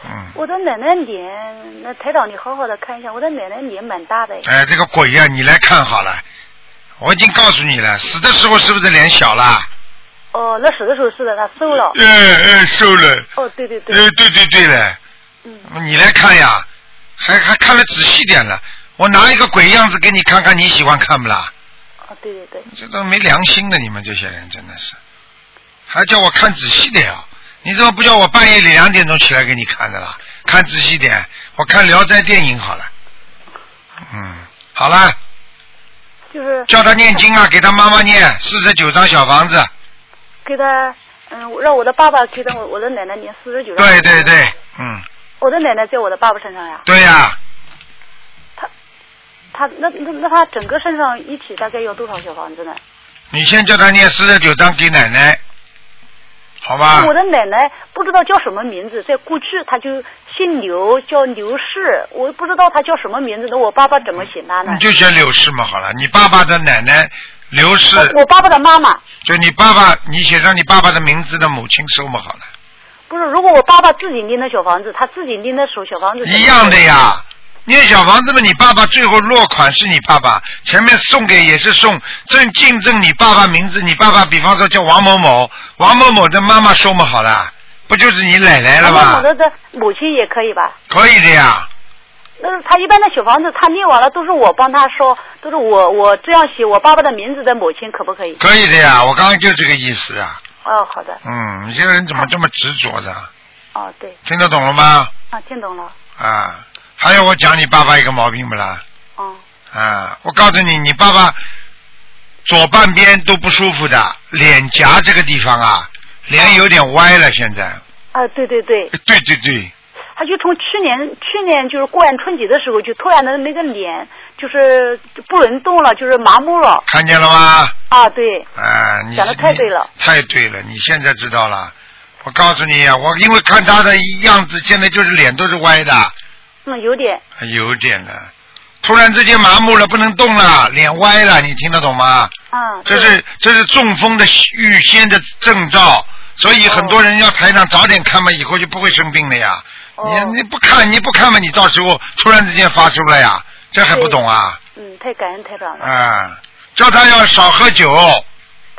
[SPEAKER 1] 嗯，
[SPEAKER 5] 我的奶奶脸，那台长你好好的看一下，我的奶奶脸蛮大的哎。
[SPEAKER 1] 哎，这个鬼呀、你来看好了，我已经告诉你了，死的时候是不是脸小了？
[SPEAKER 5] 哦，那死的时候是的，她瘦了。
[SPEAKER 1] 哎哎，瘦了，
[SPEAKER 5] 哦，对对对，
[SPEAKER 1] 哎，对对对了。
[SPEAKER 5] 嗯，
[SPEAKER 1] 你来看呀，还还看得仔细点了。我拿一个鬼样子给你看看，你喜欢看不啦？
[SPEAKER 5] 哦，对对对，
[SPEAKER 1] 这都没良心的，你们这些人真的是，还叫我看仔细点啊？你怎么不叫我半夜里两点钟起来给你看的啦？看仔细点，我看《聊斋》电影好了。嗯，好了，
[SPEAKER 5] 就是
[SPEAKER 1] 叫他念经啊，给他妈妈念四十九张小房子。
[SPEAKER 5] 给她，嗯，我让我的爸爸给她我我的奶奶念四十九。
[SPEAKER 1] 对对对，嗯，
[SPEAKER 5] 我的奶奶在我的爸爸身上呀，
[SPEAKER 1] 对呀、
[SPEAKER 5] 她那那那她整个身上一起大概要多少小房子呢？
[SPEAKER 1] 你先叫他念四十九张给奶奶，好吧？
[SPEAKER 5] 我的奶奶不知道叫什么名字，在过去她就姓刘，叫刘氏，我不知道她叫什么名字，那我爸爸怎么写她呢
[SPEAKER 1] 你？嗯就写柳氏嘛，好了。你爸爸的奶奶刘氏，
[SPEAKER 5] 我我爸爸的妈妈
[SPEAKER 1] 就你爸爸，你写上你爸爸的名字的母亲收嘛，好了。
[SPEAKER 5] 不是，如果我爸爸自己拎的小房子，他自己拎的手小房子
[SPEAKER 1] 一样的。呀。念小房子嘛，你爸爸最后落款是你爸爸，前面送给也是送，正敬正你爸爸名字。你爸爸比方说叫王某某，王某某的妈妈收嘛，好了，不就是你奶奶了
[SPEAKER 5] 那我
[SPEAKER 1] 吗？
[SPEAKER 5] 的的母亲也可以吧？
[SPEAKER 1] 可以的呀。
[SPEAKER 5] 那嗯他一般的小房子，他念完了都是我帮他烧，都是我我这样写我爸爸的名字的母亲，可不可以？
[SPEAKER 1] 可以的呀，我刚刚就这个意思啊。
[SPEAKER 5] 哦，好的，
[SPEAKER 1] 嗯，你这个人怎么这么执着的？
[SPEAKER 5] 哦对，
[SPEAKER 1] 听得懂了吗？
[SPEAKER 5] 啊听懂了，
[SPEAKER 1] 啊，还有我讲你爸爸一个毛病不啦？
[SPEAKER 5] 嗯，
[SPEAKER 1] 啊，我告诉你，你爸爸左半边都不舒服的，脸颊这个地方啊，脸有点歪了，现在。
[SPEAKER 5] 啊对对对，
[SPEAKER 1] 对对对，
[SPEAKER 5] 他就从去年去年就是过完春节的时候，就突然的那个脸就是不能动了，就是麻木了
[SPEAKER 1] 看见了吗？
[SPEAKER 5] 啊对，
[SPEAKER 1] 啊，你
[SPEAKER 5] 讲得太对了，
[SPEAKER 1] 你太对了，你现在知道了。我告诉你啊，我因为看他的样子，现在就是脸都是歪的，
[SPEAKER 5] 嗯有点
[SPEAKER 1] 哎有点了，突然之间麻木了，不能动了，脸歪了，你听得懂吗？
[SPEAKER 5] 啊，
[SPEAKER 1] 这
[SPEAKER 5] 对
[SPEAKER 1] 是这是中风的预先的征兆，所以很多人要台长早点看嘛，以后就不会生病了呀。
[SPEAKER 5] 哦
[SPEAKER 1] 你你不看你不看嘛，你到时候突然之间发出来呀，这还不懂啊？
[SPEAKER 5] 嗯太感恩台长了，
[SPEAKER 1] 啊、叫他要少喝酒，
[SPEAKER 5] 啊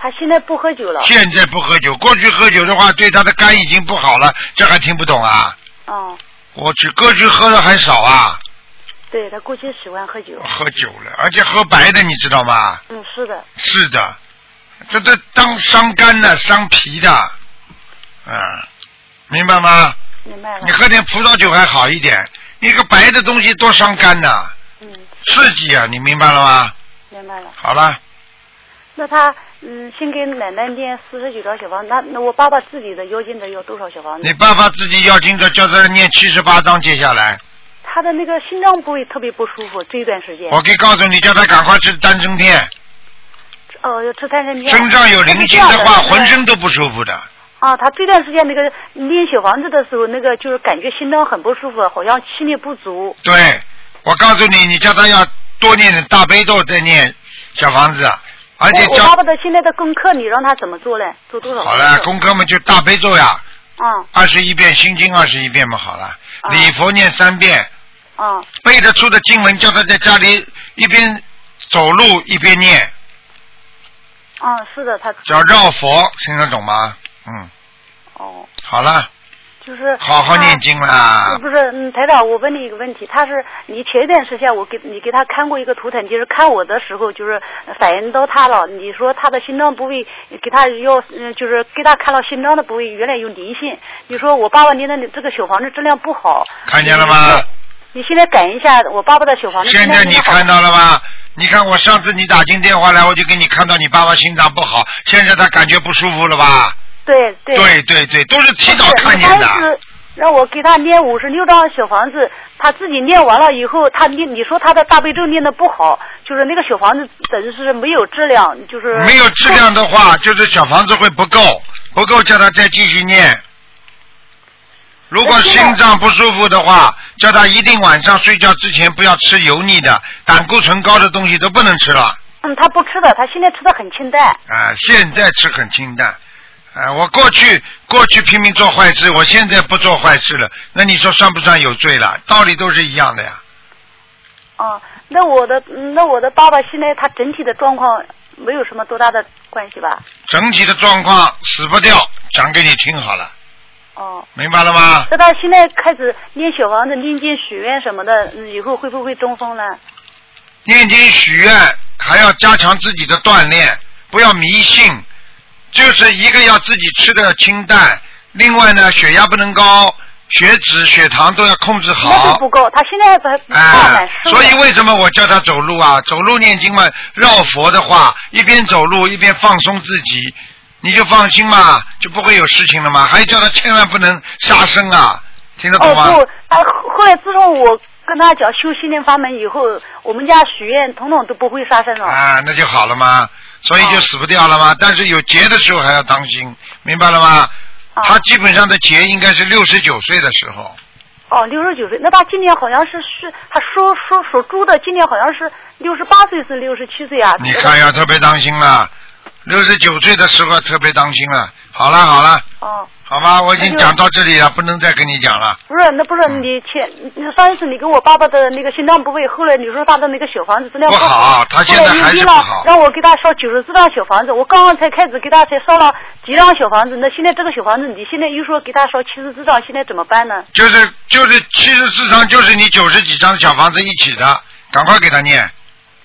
[SPEAKER 5] 他现在不喝酒了，
[SPEAKER 1] 现在不喝酒，过去喝酒的话对他的肝已经不好了，这还听不懂啊？
[SPEAKER 5] 嗯
[SPEAKER 1] 我去，过去喝的还少啊，
[SPEAKER 5] 对他过去喜欢喝酒，
[SPEAKER 1] 喝酒了，而且喝白的，你知道吗？
[SPEAKER 5] 嗯是的，
[SPEAKER 1] 是的，这都当伤肝的、伤脾的，啊，明白吗？
[SPEAKER 5] 明白了
[SPEAKER 1] 你，喝点葡萄酒还好一点，一个白的东西多伤肝呐、
[SPEAKER 5] 嗯
[SPEAKER 1] 刺激啊，你明白了吗？
[SPEAKER 5] 明白了。
[SPEAKER 1] 好了，
[SPEAKER 5] 那他嗯，先给奶奶念四十九张小房子，那那我爸爸自己的妖精者要多少小房
[SPEAKER 1] 你
[SPEAKER 5] 子？
[SPEAKER 1] 爸爸自己要经着叫他念七十八章，接下来
[SPEAKER 5] 他的那个心脏部位特别不舒服，这一段时间
[SPEAKER 1] 我可以告诉你，叫他赶快吃丹参片，
[SPEAKER 5] 呃，要吃丹参片。
[SPEAKER 1] 身上有灵性
[SPEAKER 5] 他是
[SPEAKER 1] 的
[SPEAKER 5] 这
[SPEAKER 1] 话，
[SPEAKER 5] 样
[SPEAKER 1] 浑身都不舒服的。
[SPEAKER 5] 啊，他这段时间那个念小房子的时候，那个就是感觉心脏很不舒服，好像气力不足。
[SPEAKER 1] 对，我告诉你，你叫他要多念点大悲咒，再念小房子，啊而且
[SPEAKER 5] 我我
[SPEAKER 1] 叫
[SPEAKER 5] 爸爸的现在的功课，你让他怎么做嘞？做多少？
[SPEAKER 1] 好了，功课嘛就大悲咒呀，
[SPEAKER 5] 啊
[SPEAKER 1] 二十一遍心经二十一遍嘛好了，
[SPEAKER 5] 啊
[SPEAKER 1] 礼佛念三遍，
[SPEAKER 5] 啊
[SPEAKER 1] 背得出的经文叫他在家里一边走路一边念，
[SPEAKER 5] 啊！是的，他
[SPEAKER 1] 叫绕佛，听得懂吗？嗯，
[SPEAKER 5] 哦，
[SPEAKER 1] 好了，
[SPEAKER 5] 就是
[SPEAKER 1] 好好
[SPEAKER 5] 他
[SPEAKER 1] 念经啦
[SPEAKER 5] 呃。不是，嗯，台长，我问你一个问题，他是你前一段时间我给你给他看过一个图腾，就是看我的时候就是反映到他了。你说他的心脏部位给他要，嗯，就是给他看到心脏的部位原来有灵性。你说我爸爸念的这个小房子质量不好，
[SPEAKER 1] 看见了吗？
[SPEAKER 5] 你现在改一下我爸爸的小房子质
[SPEAKER 1] 现
[SPEAKER 5] 量
[SPEAKER 1] 在
[SPEAKER 5] 变
[SPEAKER 1] 你
[SPEAKER 5] 得好
[SPEAKER 1] 看到了吧？你看我上次你打进电话来，我就给你看到你爸爸心脏不好，现在他感觉不舒服了吧？
[SPEAKER 5] 对对
[SPEAKER 1] 对对对，都是提早
[SPEAKER 5] 不是
[SPEAKER 1] 看见的。
[SPEAKER 5] 他是让我给他念五十六张小房子，他自己念完了以后，他念你说他的大悲咒念的不好，就是那个小房子等于是没有质量，就是
[SPEAKER 1] 没有质量的话，就是小房子会不够，不够叫他再继续念。如果心脏不舒服的话，叫他一定晚上睡觉之前不要吃油腻的、胆固醇高的东西都不能吃了。
[SPEAKER 5] 嗯，他不吃的，他现在吃的很清淡。
[SPEAKER 1] 啊，现在吃很清淡。啊，我过去过去拼命做坏事，我现在不做坏事了，那你说算不算有罪了？道理都是一样的呀。
[SPEAKER 5] 哦，那我的嗯那我的爸爸现在他整体的状况没有什么多大的关系吧？
[SPEAKER 1] 整体的状况死不掉，讲给你听好了，
[SPEAKER 5] 哦，
[SPEAKER 1] 明白了吗？
[SPEAKER 5] 那他现在开始念小房子、念经、许愿什么的，嗯以后会不会中风呢？
[SPEAKER 1] 念经许愿，还要加强自己的锻炼，不要迷信。就是一个要自己吃的清淡，另外呢，血压不能高，血脂、血糖都要控制
[SPEAKER 5] 那
[SPEAKER 1] 好
[SPEAKER 5] 都。不够，他现在还不大
[SPEAKER 1] 哎
[SPEAKER 5] 满，十五
[SPEAKER 1] 所以为什么我叫他走路啊？走路念经嘛，绕佛的话，一边走路一边放松自己，你就放心嘛，就不会有事情了嘛。还叫他千万不能杀生啊，听得懂吗？
[SPEAKER 5] 哦不，他后后来自从我跟他讲修心灵法门以后，我们家许愿统统都不会杀生了。
[SPEAKER 1] 啊，那就好了嘛，所以就死不掉了嘛。但是有劫的时候还要当心，明白了吗？
[SPEAKER 5] 啊
[SPEAKER 1] 他基本上的劫应该是六十九岁的时候，
[SPEAKER 5] 哦，六十九岁，那他今年好像是是他属属属猪的，今年好像是六十八岁是六十七岁啊。
[SPEAKER 1] 你看要特别当心了。六十九岁的时候特别当心了。好了好了，
[SPEAKER 5] 哦，
[SPEAKER 1] 好吧，我已
[SPEAKER 5] 那
[SPEAKER 1] 经
[SPEAKER 5] 就
[SPEAKER 1] 讲到这里了，不能再跟你讲了。
[SPEAKER 5] 不是，那不是你前你上一次你给我爸爸的那个心脏部位，后来你说他的那个小房子质量
[SPEAKER 1] 不好他现在
[SPEAKER 5] 后来
[SPEAKER 1] 还是
[SPEAKER 5] 你
[SPEAKER 1] 不
[SPEAKER 5] 让
[SPEAKER 1] 好
[SPEAKER 5] 让我给他烧九十四张小房子，我刚刚才开始给他才烧了几张小房子，那现在这个小房子你现在又说给他烧七十四张，现在怎么办呢？
[SPEAKER 1] 就是就是七十四张，就是你九十几张小房子一起的，赶快给他念。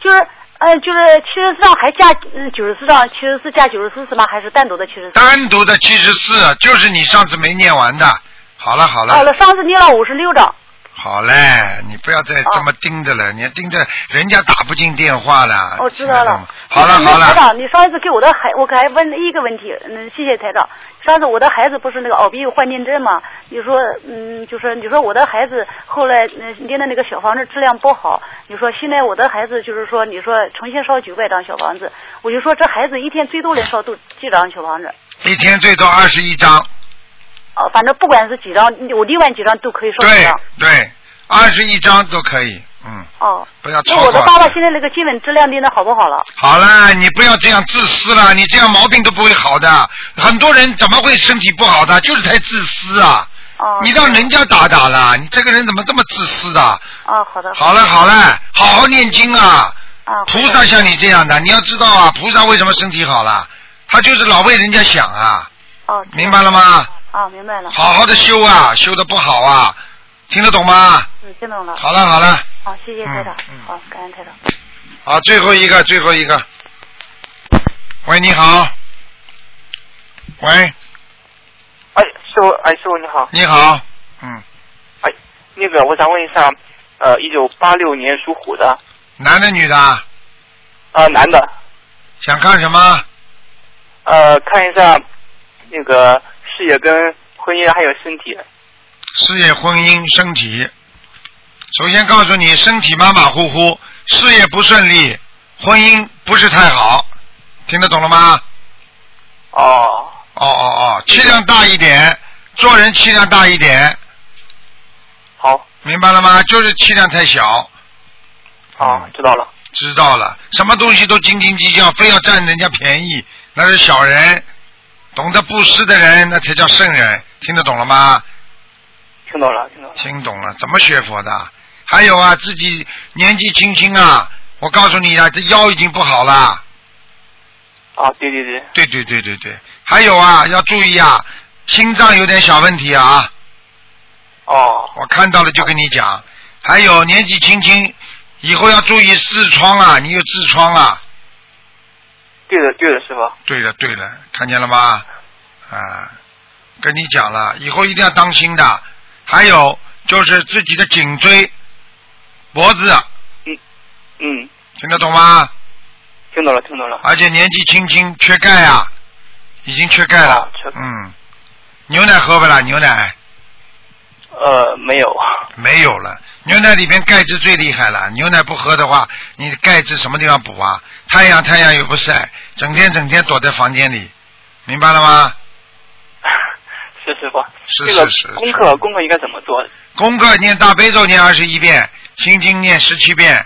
[SPEAKER 5] 就是。呃，就是七十四张还加嗯九十四张，七十四加九十四是吗？还是单独的七十四？
[SPEAKER 1] 单独的七十四，就是你上次没念完的。啊好了好了。
[SPEAKER 5] 哦，那上次念了五十六张。
[SPEAKER 1] 好嘞，你不要再
[SPEAKER 5] 啊
[SPEAKER 1] 这么盯着了，你盯着人家打不进电话了。
[SPEAKER 5] 我哦知道了。
[SPEAKER 1] 好了
[SPEAKER 5] 那
[SPEAKER 1] 好
[SPEAKER 5] 台
[SPEAKER 1] 了，
[SPEAKER 5] 长，你上一次给我的孩，我还问了一个问题，嗯，谢谢台长。上次我的孩子不是那个耳鼻有幻听症嘛？你说，嗯，就是你说我的孩子后来嗯念的那个小房子质量不好，你说现在我的孩子就是说，你说重新烧九百张小房子，我就说这孩子一天最多能烧多几张小房子？
[SPEAKER 1] 一天最多二十一张，
[SPEAKER 5] 哦，反正不管是几张，我另外几张都可以烧几
[SPEAKER 1] 对
[SPEAKER 5] 张。
[SPEAKER 1] 对，二十一张都可以，嗯，
[SPEAKER 5] 哦，
[SPEAKER 1] 不要
[SPEAKER 5] 那
[SPEAKER 1] 超
[SPEAKER 5] 我的
[SPEAKER 1] 过。
[SPEAKER 5] 爸爸现在那个基本质量练的好不好了？
[SPEAKER 1] 好了，你不要这样自私了，你这样毛病都不会好的。很多人怎么会身体不好的？就是太自私啊！
[SPEAKER 5] 哦，
[SPEAKER 1] 你让人家打打了，你这个人怎么这么自私的？
[SPEAKER 5] 哦，好的，
[SPEAKER 1] 好了好了，好好念经啊！
[SPEAKER 5] 啊，
[SPEAKER 1] 菩萨像你这样的，你要知道啊，菩萨为什么身体好了？他就是老为人家想啊，
[SPEAKER 5] 哦，
[SPEAKER 1] 明白了吗？
[SPEAKER 5] 啊，明白了，
[SPEAKER 1] 好好的修啊，修的不好啊，听得懂吗？
[SPEAKER 5] 嗯，听懂了。
[SPEAKER 1] 好了好了，
[SPEAKER 5] 好，谢谢台长
[SPEAKER 1] 嗯嗯，
[SPEAKER 5] 好，感恩台长。
[SPEAKER 1] 好，最后一个，最后一个。喂，你好。喂，
[SPEAKER 6] 哎，师傅，哎，师傅你好，哎
[SPEAKER 1] 你好。嗯，
[SPEAKER 6] 那个我想问一下，呃，一九八六年属虎的，
[SPEAKER 1] 男的女的啊？
[SPEAKER 6] 呃，男的，
[SPEAKER 1] 想看什么？
[SPEAKER 6] 呃，看一下那个事业跟婚姻还有身体，
[SPEAKER 1] 事业、婚姻、身体。首先告诉你，身体马马虎虎，事业不顺利，婚姻不是太好，听得懂了吗？
[SPEAKER 6] 哦，
[SPEAKER 1] 哦哦哦，气量大一点，做人气量大一点，
[SPEAKER 6] 好，
[SPEAKER 1] 明白了吗？就是气量太小，嗯
[SPEAKER 6] 啊，知道了，
[SPEAKER 1] 知道了，什么东西都斤斤计较，非要占人家便宜，那是小人。懂得布施的人，那才叫圣人，听得懂了吗？
[SPEAKER 6] 听懂了，听懂了，
[SPEAKER 1] 听懂了，怎么学佛的？还有啊，自己年纪轻轻啊，我告诉你啊，这腰已经不好了。
[SPEAKER 6] 啊，对对对，
[SPEAKER 1] 对对对对对，还有啊，要注意啊，心脏有点小问题啊。
[SPEAKER 6] 哦，
[SPEAKER 1] 我看到了就跟你讲。还有年纪轻轻，以后要注意痔疮啊，你有痔疮啊。
[SPEAKER 6] 对的对的，师傅，
[SPEAKER 1] 对了对了，看见了吗？啊，跟你讲了，以后一定要当心的。还有就是自己的颈椎、脖子，
[SPEAKER 6] 嗯，
[SPEAKER 1] 听得懂吗？
[SPEAKER 6] 听懂了，听懂了，
[SPEAKER 1] 而且年纪轻轻缺钙啊，已经缺钙了
[SPEAKER 6] 啊缺。钙
[SPEAKER 1] 嗯，牛奶喝不啦？牛奶
[SPEAKER 6] 呃，没有，
[SPEAKER 1] 没有了。牛奶里边钙质最厉害了，牛奶不喝的话，你钙质什么地方补啊？太阳太阳又不晒，整天整天躲在房间里，明白了吗？
[SPEAKER 6] 是师傅。
[SPEAKER 1] 是
[SPEAKER 6] 这个
[SPEAKER 1] 是是
[SPEAKER 6] 功课功课应该怎么做？
[SPEAKER 1] 功课念大悲咒念二十一遍，心经念十七遍，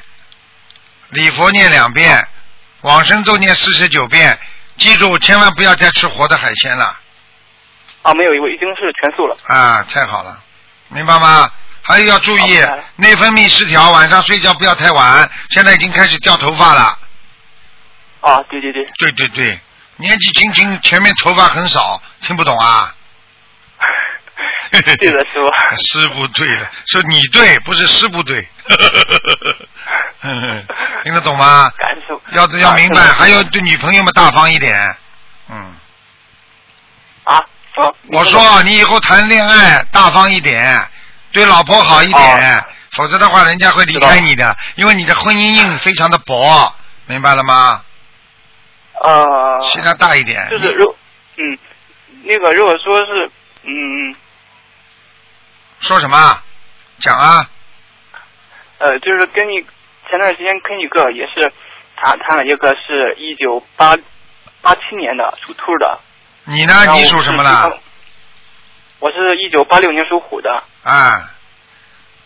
[SPEAKER 1] 礼佛念两遍，往生咒念四十九遍。记住，千万不要再吃活的海鲜了
[SPEAKER 6] 啊，没有，我已经是全素了。
[SPEAKER 1] 啊！太好了，明白吗？还有要注
[SPEAKER 6] 好
[SPEAKER 1] 意
[SPEAKER 6] 明白了
[SPEAKER 1] 内分泌失调，晚上睡觉不要太晚。现在已经开始掉头发了。
[SPEAKER 6] 啊，对对对，
[SPEAKER 1] 对对对，年纪轻轻前面头发很少，听不懂啊？
[SPEAKER 6] 对的，师傅。
[SPEAKER 1] 师傅对了，是你对，不是师傅对。 听得懂吗？
[SPEAKER 6] 感恩师傅。
[SPEAKER 1] 要要明白，
[SPEAKER 6] 啊
[SPEAKER 1] 还有对女朋友们大方一点。嗯，
[SPEAKER 6] 啊，说。
[SPEAKER 1] 我说啊你以后谈恋爱大方一点，对老婆好一点，
[SPEAKER 6] 哦
[SPEAKER 1] 否则的话人家会离开你的，因为你的婚姻运非常的薄，明白了吗？
[SPEAKER 6] 呃，
[SPEAKER 1] 心量大一点。
[SPEAKER 6] 就是如，嗯，那个如果说是，嗯，
[SPEAKER 1] 说什么？讲啊，
[SPEAKER 6] 呃，就是跟你前段时间跟一个也是谈谈了一个是一九八八七年的属兔的。
[SPEAKER 1] 你呢？
[SPEAKER 6] 然后
[SPEAKER 1] 你
[SPEAKER 6] 我
[SPEAKER 1] 属
[SPEAKER 6] 是
[SPEAKER 1] 什么
[SPEAKER 6] 西
[SPEAKER 1] 了
[SPEAKER 6] 方？？我是一九八六年属虎的。
[SPEAKER 1] 啊，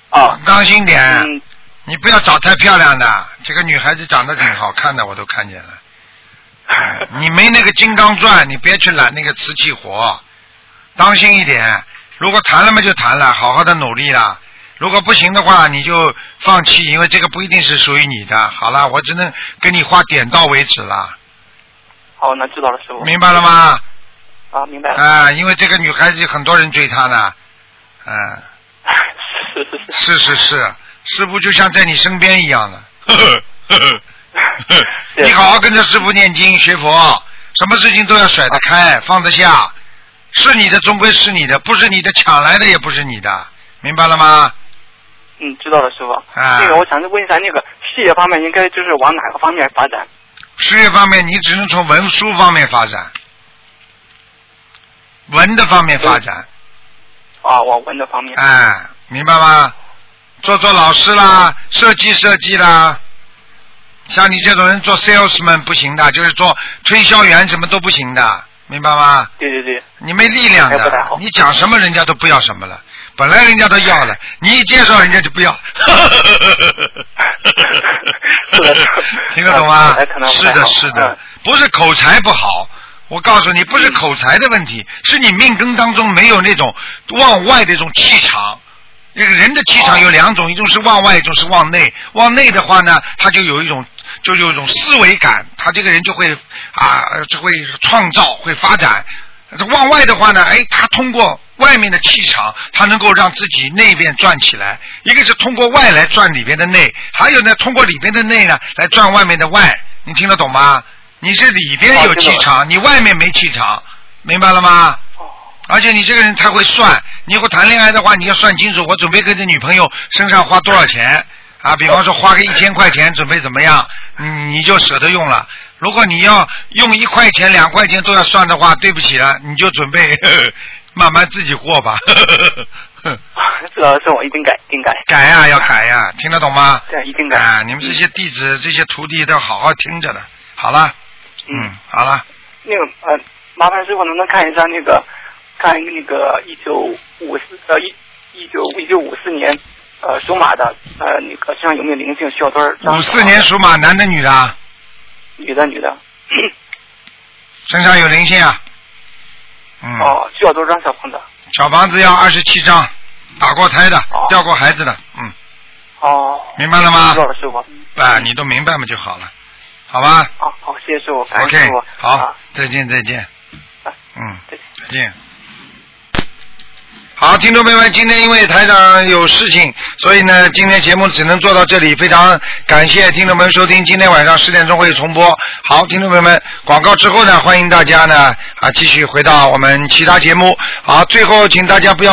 [SPEAKER 6] 啊，
[SPEAKER 1] 当心点。
[SPEAKER 6] 嗯，
[SPEAKER 1] 你不要找太漂亮的，这个女孩子长得挺好看的，我都看见了。哎你没那个金刚钻，你别去揽那个瓷器活，当心一点。如果谈了嘛就谈了，好好的努力啦。如果不行的话，你就放弃，因为这个不一定是属于你的。好了，我只能跟你话点到为止了，
[SPEAKER 6] 好，哦那知道了，师傅。
[SPEAKER 1] 明白了吗？
[SPEAKER 6] 啊，明白了。
[SPEAKER 1] 啊，因为这个女孩子很多人追她呢，嗯、 是
[SPEAKER 6] 是是是。
[SPEAKER 1] 是是，师傅就像在你身边一样的。你好好跟着师傅念经学佛，什么事情都要甩得开，放得下。是你的终归是你的，不是你的抢来的也不是你的，明白了吗？
[SPEAKER 6] 嗯，知道了，师傅。
[SPEAKER 1] 啊
[SPEAKER 6] 那个，我想问一下，那个事业方面应该就是往哪个方面发展？
[SPEAKER 1] 事业方面，你只能从文书方面发展，文的方面发展，
[SPEAKER 6] 啊，往文的方面。
[SPEAKER 1] 哎，明白吗？做做老师啦，设计设计啦。像你这种人做 salesman 不行的，就是做推销员什么都不行的，明白吗？
[SPEAKER 6] 对对 对，
[SPEAKER 1] 你没力量
[SPEAKER 6] 还不太
[SPEAKER 1] 的
[SPEAKER 6] 好，
[SPEAKER 1] 你讲什么人家都不要什么了。本来人家都要了，你一介绍人家就不 要。
[SPEAKER 6] 是的
[SPEAKER 1] 听得懂吗
[SPEAKER 6] 本啊来可？能不
[SPEAKER 1] 是
[SPEAKER 6] 太
[SPEAKER 1] 的，
[SPEAKER 6] 好
[SPEAKER 1] 是的
[SPEAKER 6] 嗯，
[SPEAKER 1] 不是口才不好。我告诉你，不是口才的问题，是你命根当中没有那种往外的一种气场。这个人的气
[SPEAKER 6] 哦
[SPEAKER 1] 场有两种，一种是往外，一种是往内。往内的话呢，他就有一种，就有一种思维感，他这个人就会啊，就会创造，会发展。这往外的话呢，哎，他通过外面的气场，他能够让自己内边转起来。一个是通过外来转里边的内，还有呢，通过里边的内呢来转外面的外。你听得懂吗？你是里边有
[SPEAKER 6] 哦听得懂
[SPEAKER 1] 气场，你外面没气场，明白了吗？而且你这个人太会算，你以后谈恋爱的话，你要算清楚，我准备跟这女朋友身上花多少钱啊？比方说花个一千块钱，准备怎么样，嗯你你就舍得用了。如果你要用一块钱、两块钱都要算的话，对不起了，你就准备 慢慢自己过吧。
[SPEAKER 6] 知道了，师傅，我一定改，一定改。
[SPEAKER 1] 改呀、要改呀、听得懂吗？
[SPEAKER 6] 对，一定改。
[SPEAKER 1] 啊，你们这些弟子、这些徒弟都好好听着的。好了，
[SPEAKER 6] 嗯
[SPEAKER 1] 嗯，好了，
[SPEAKER 6] 那个呃，麻烦师傅能不能看一下那个，看那个一九五四呃一一九一九五四年呃属马的呃那个身上有没有灵性，需要多少张？
[SPEAKER 1] 五四年属马，男的女的啊，
[SPEAKER 6] 女的女的。
[SPEAKER 1] 嗯身上有灵性啊。嗯。
[SPEAKER 6] 哦，需要多少张小房子？
[SPEAKER 1] 小房子要二十七张，打过胎的
[SPEAKER 6] 哦，
[SPEAKER 1] 掉过孩子的，嗯，
[SPEAKER 6] 哦，
[SPEAKER 1] 明白了吗
[SPEAKER 6] 知？道了，师傅。
[SPEAKER 1] 啊，你都明白嘛就好了，好吧
[SPEAKER 6] 啊，好，谢谢师傅，感恩
[SPEAKER 1] ？OK，
[SPEAKER 6] 师傅。
[SPEAKER 1] 好
[SPEAKER 6] 啊，，
[SPEAKER 1] 再见再见
[SPEAKER 6] 啊，
[SPEAKER 1] 嗯，
[SPEAKER 6] 再见
[SPEAKER 1] 再见。好，听众朋友们，今天因为台长有事情，所以呢，今天节目只能做到这里。非常感谢听众朋友收听，今天晚上十点钟会重播。好，听众朋友们，广告之后呢，欢迎大家呢啊继续回到我们其他节目。好，最后请大家不要。